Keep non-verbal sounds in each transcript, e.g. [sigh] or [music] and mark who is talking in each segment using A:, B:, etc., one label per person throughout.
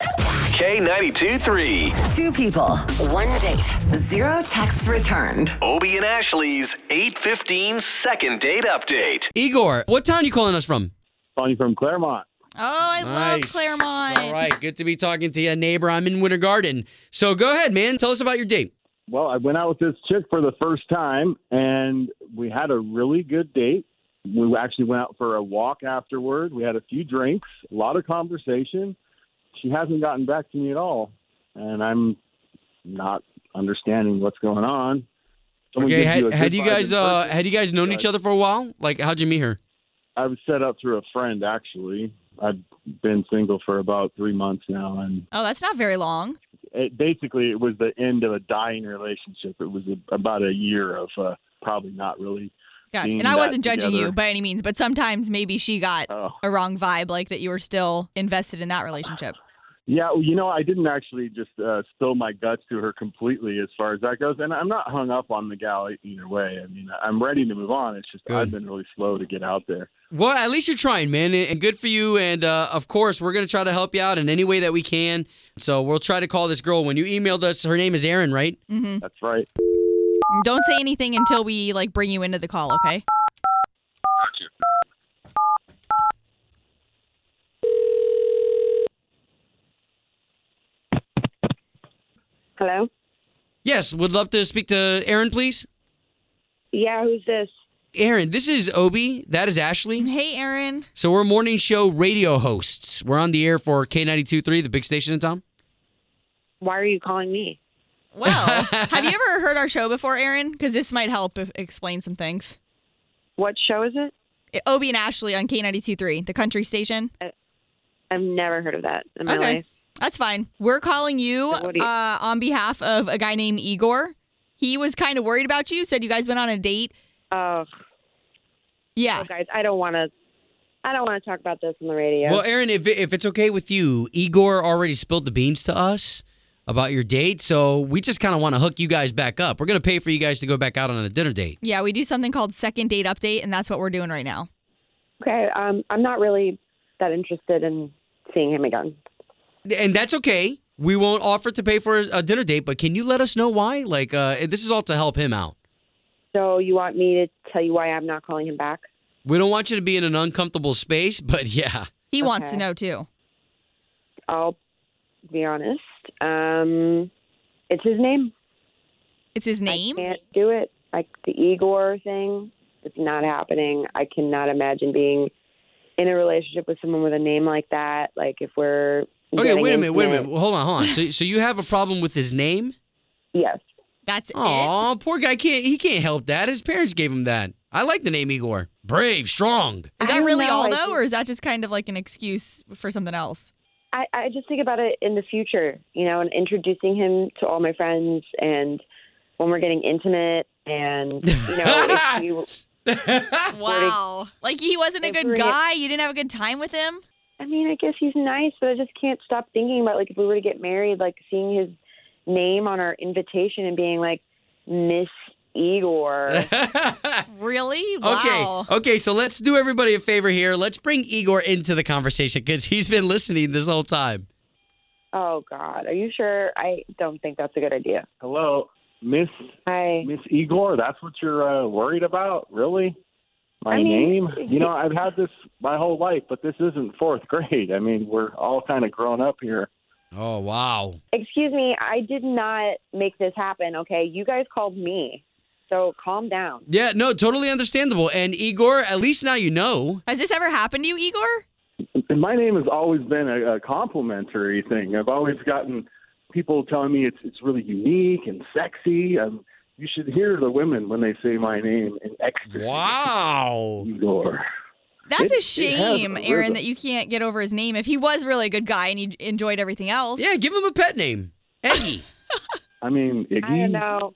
A: K92 3.
B: Two people, one date, zero texts returned.
A: Obie and Ashley's 815 second date update.
C: Igor, what town you calling us from?
D: Calling you from Claremont.
E: Oh, I love Claremont.
C: All right, good to be talking to you, neighbor. I'm in Winter Garden. So go ahead, man. Tell us about your date.
D: Well, I went out with this chick for the first time, and we had a really good date. We actually went out for a walk afterward. We had a few drinks, a lot of conversation. She hasn't gotten back to me at all, and I'm not understanding what's going on. Someone
C: Okay,
D: gives
C: had,
D: a
C: had
D: good
C: you
D: vibe
C: guys
D: in
C: uh,
D: person.
C: had you guys known each other for a while? Like, how'd you meet her?
D: I was set up through a friend, actually. I've been single for about three months now, and
E: Oh, that's not very long.
D: it, basically it was the end of a dying relationship. It was a, about a year of uh, probably not really.
E: Gosh.
D: Being
E: And I
D: that
E: wasn't judging you
D: together.
E: by any means, but sometimes maybe she got
D: Oh,
E: a wrong vibe, like that you were still invested in that relationship.
D: yeah. Well, you know, I didn't actually just uh, spill my guts to her completely as far as that goes, and I'm not hung up on the gal either way. I mean, I'm ready to move on. It's just
C: Good.
D: I've been really slow to get out there.
C: Well, at least you're trying, man, and and good for you. And uh, of course, we're gonna try to help you out in any way that we can. So we'll try to call this girl. When you emailed us, her name is Erin, right?
E: hmm
D: That's right.
E: Don't say anything until we like bring you into the call, okay?
F: Hello?
C: Yes. Would love to speak to Erin, please.
F: Yeah, who's this?
C: Erin, this is Obi. That is Ashley.
E: Hey, Aaron.
C: So we're morning show radio hosts. We're on the air for K92.3, the big station in town.
F: Why are you calling me? [laughs]
E: Well, have you ever heard our show before, Aaron? Because this might help if, explain some things.
F: What show is it?
E: It- Obie and Ashley on K92.3, the country station.
F: I've never heard of that in my
E: Okay.
F: life.
E: That's fine. We're calling you,
F: So what do you-
E: uh, on behalf of a guy named Igor. He was kind of worried about you, said you guys went on a date.
F: Oh,
E: Yeah.
F: guys, I don't want to. I don't want to talk about this on the radio.
C: Well, Aaron, if, if it's okay with you, Igor already spilled the beans to us about your date. So we just kind of want to hook you guys back up. We're going to pay for you guys to go back out on a dinner date.
E: Yeah, we do something called second date update, and that's what we're doing right now.
F: Okay, um, I'm not really that interested in seeing him again.
C: And that's okay. We won't offer to pay for a dinner date, but can you let us know why? Like, uh, this is all to help him out.
F: So you want me to tell you why I'm not calling him back?
C: We don't want you to be in an uncomfortable space, [laughs] but yeah.
E: He wants to
F: Okay.
E: know too.
F: I'll be honest. Um, it's his name.
E: It's his name.
F: I can't do it. Like the Igor thing, it's not happening. I cannot imagine being in a relationship with someone with a name like that. Like if we're
C: Okay,
F: getting
C: wait a minute, wait a
F: intimate-
C: minute. Well, Hold on, hold on. So, so you have a problem with his name?
F: Yes.
E: That's it.
C: Oh, poor guy can't. He can't help that. His parents gave him that. I like the name Igor. Brave, strong. [laughs]
E: Is
F: I
E: that
F: don't
E: really
F: know.
E: all
F: I
E: though,
F: think-
E: or is that just kind of like an excuse for something else?
F: I, I just think about it in the future, you know, and introducing him to all my friends and when we're getting intimate and you know,
C: [laughs]
F: if you
E: Wow. Like he wasn't a
F: If
E: good
F: we're gonna-
E: guy. You didn't have a good time with him.
F: I mean, I guess he's nice, but I just can't stop thinking about like if we were to get married, like seeing his name on our invitation and being like Miss
C: [laughs]
F: Igor.
E: Really? Wow.
C: okay, okay. So let's do everybody a favor here. Let's bring Igor into the conversation because he's been listening this whole time.
F: oh God, are you sure? I don't think that's a good idea.
D: Hello, Miss
F: I
D: Miss Igor. That's what you're uh, worried about, really? My
F: I mean- [laughs]
D: name? You know, I've had this my whole life, but this isn't fourth grade. I mean, we're all kind of grown up here.
C: Oh wow.
F: excuse me, I did not make this happen. Okay, you guys called me, so calm down.
C: Yeah, no, totally understandable. And Igor, at least now you know.
E: Has this ever happened to you, Igor?
D: And my name has always been a, a complimentary thing. I've always gotten people telling me it's it's really unique and sexy. Um, you should hear the women when they say my name in ecstasy.
C: Wow.
D: Igor.
E: That's
D: It-
E: a
D: it
E: shame,
D: has a
E: Aaron,
D: rhythm.
E: that you can't get over his name. If he was really a good guy and you enjoyed everything else,
C: Yeah, give him a pet name. Eggy.
D: I mean, Iggy.
F: I
C: Mm.
F: don't know.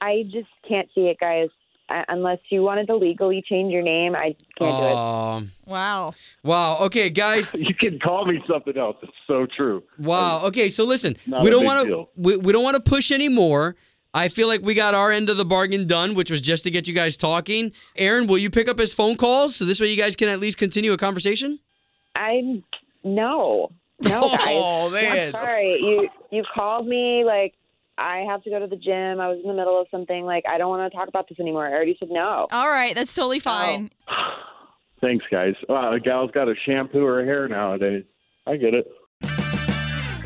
F: I just can't see it, guys. I, unless you wanted to legally change your name, I can't do it.
C: Um,
E: wow.
C: wow. Okay, guys.
D: [laughs] You can call me something else. It's so true.
C: Wow. Okay, so listen,
D: Not
C: we
D: a
C: don't
D: big
C: want to
D: deal.
C: we, we don't want to push anymore. I feel like we got our end of the bargain done, which was just to get you guys talking. Aaron, will you pick up his phone calls so this way you guys can at least continue a conversation?
F: I'm no,
C: [laughs]
F: no, guys.
C: Oh man.
F: Sorry, you you called me like I have to go to the gym. I was in the middle of something. Like I don't want to talk about this anymore. I already said no.
E: All right, that's
F: Oh.
E: totally fine.
D: Thanks, guys. Wow, a gal's got to shampoo her hair nowadays. I get it.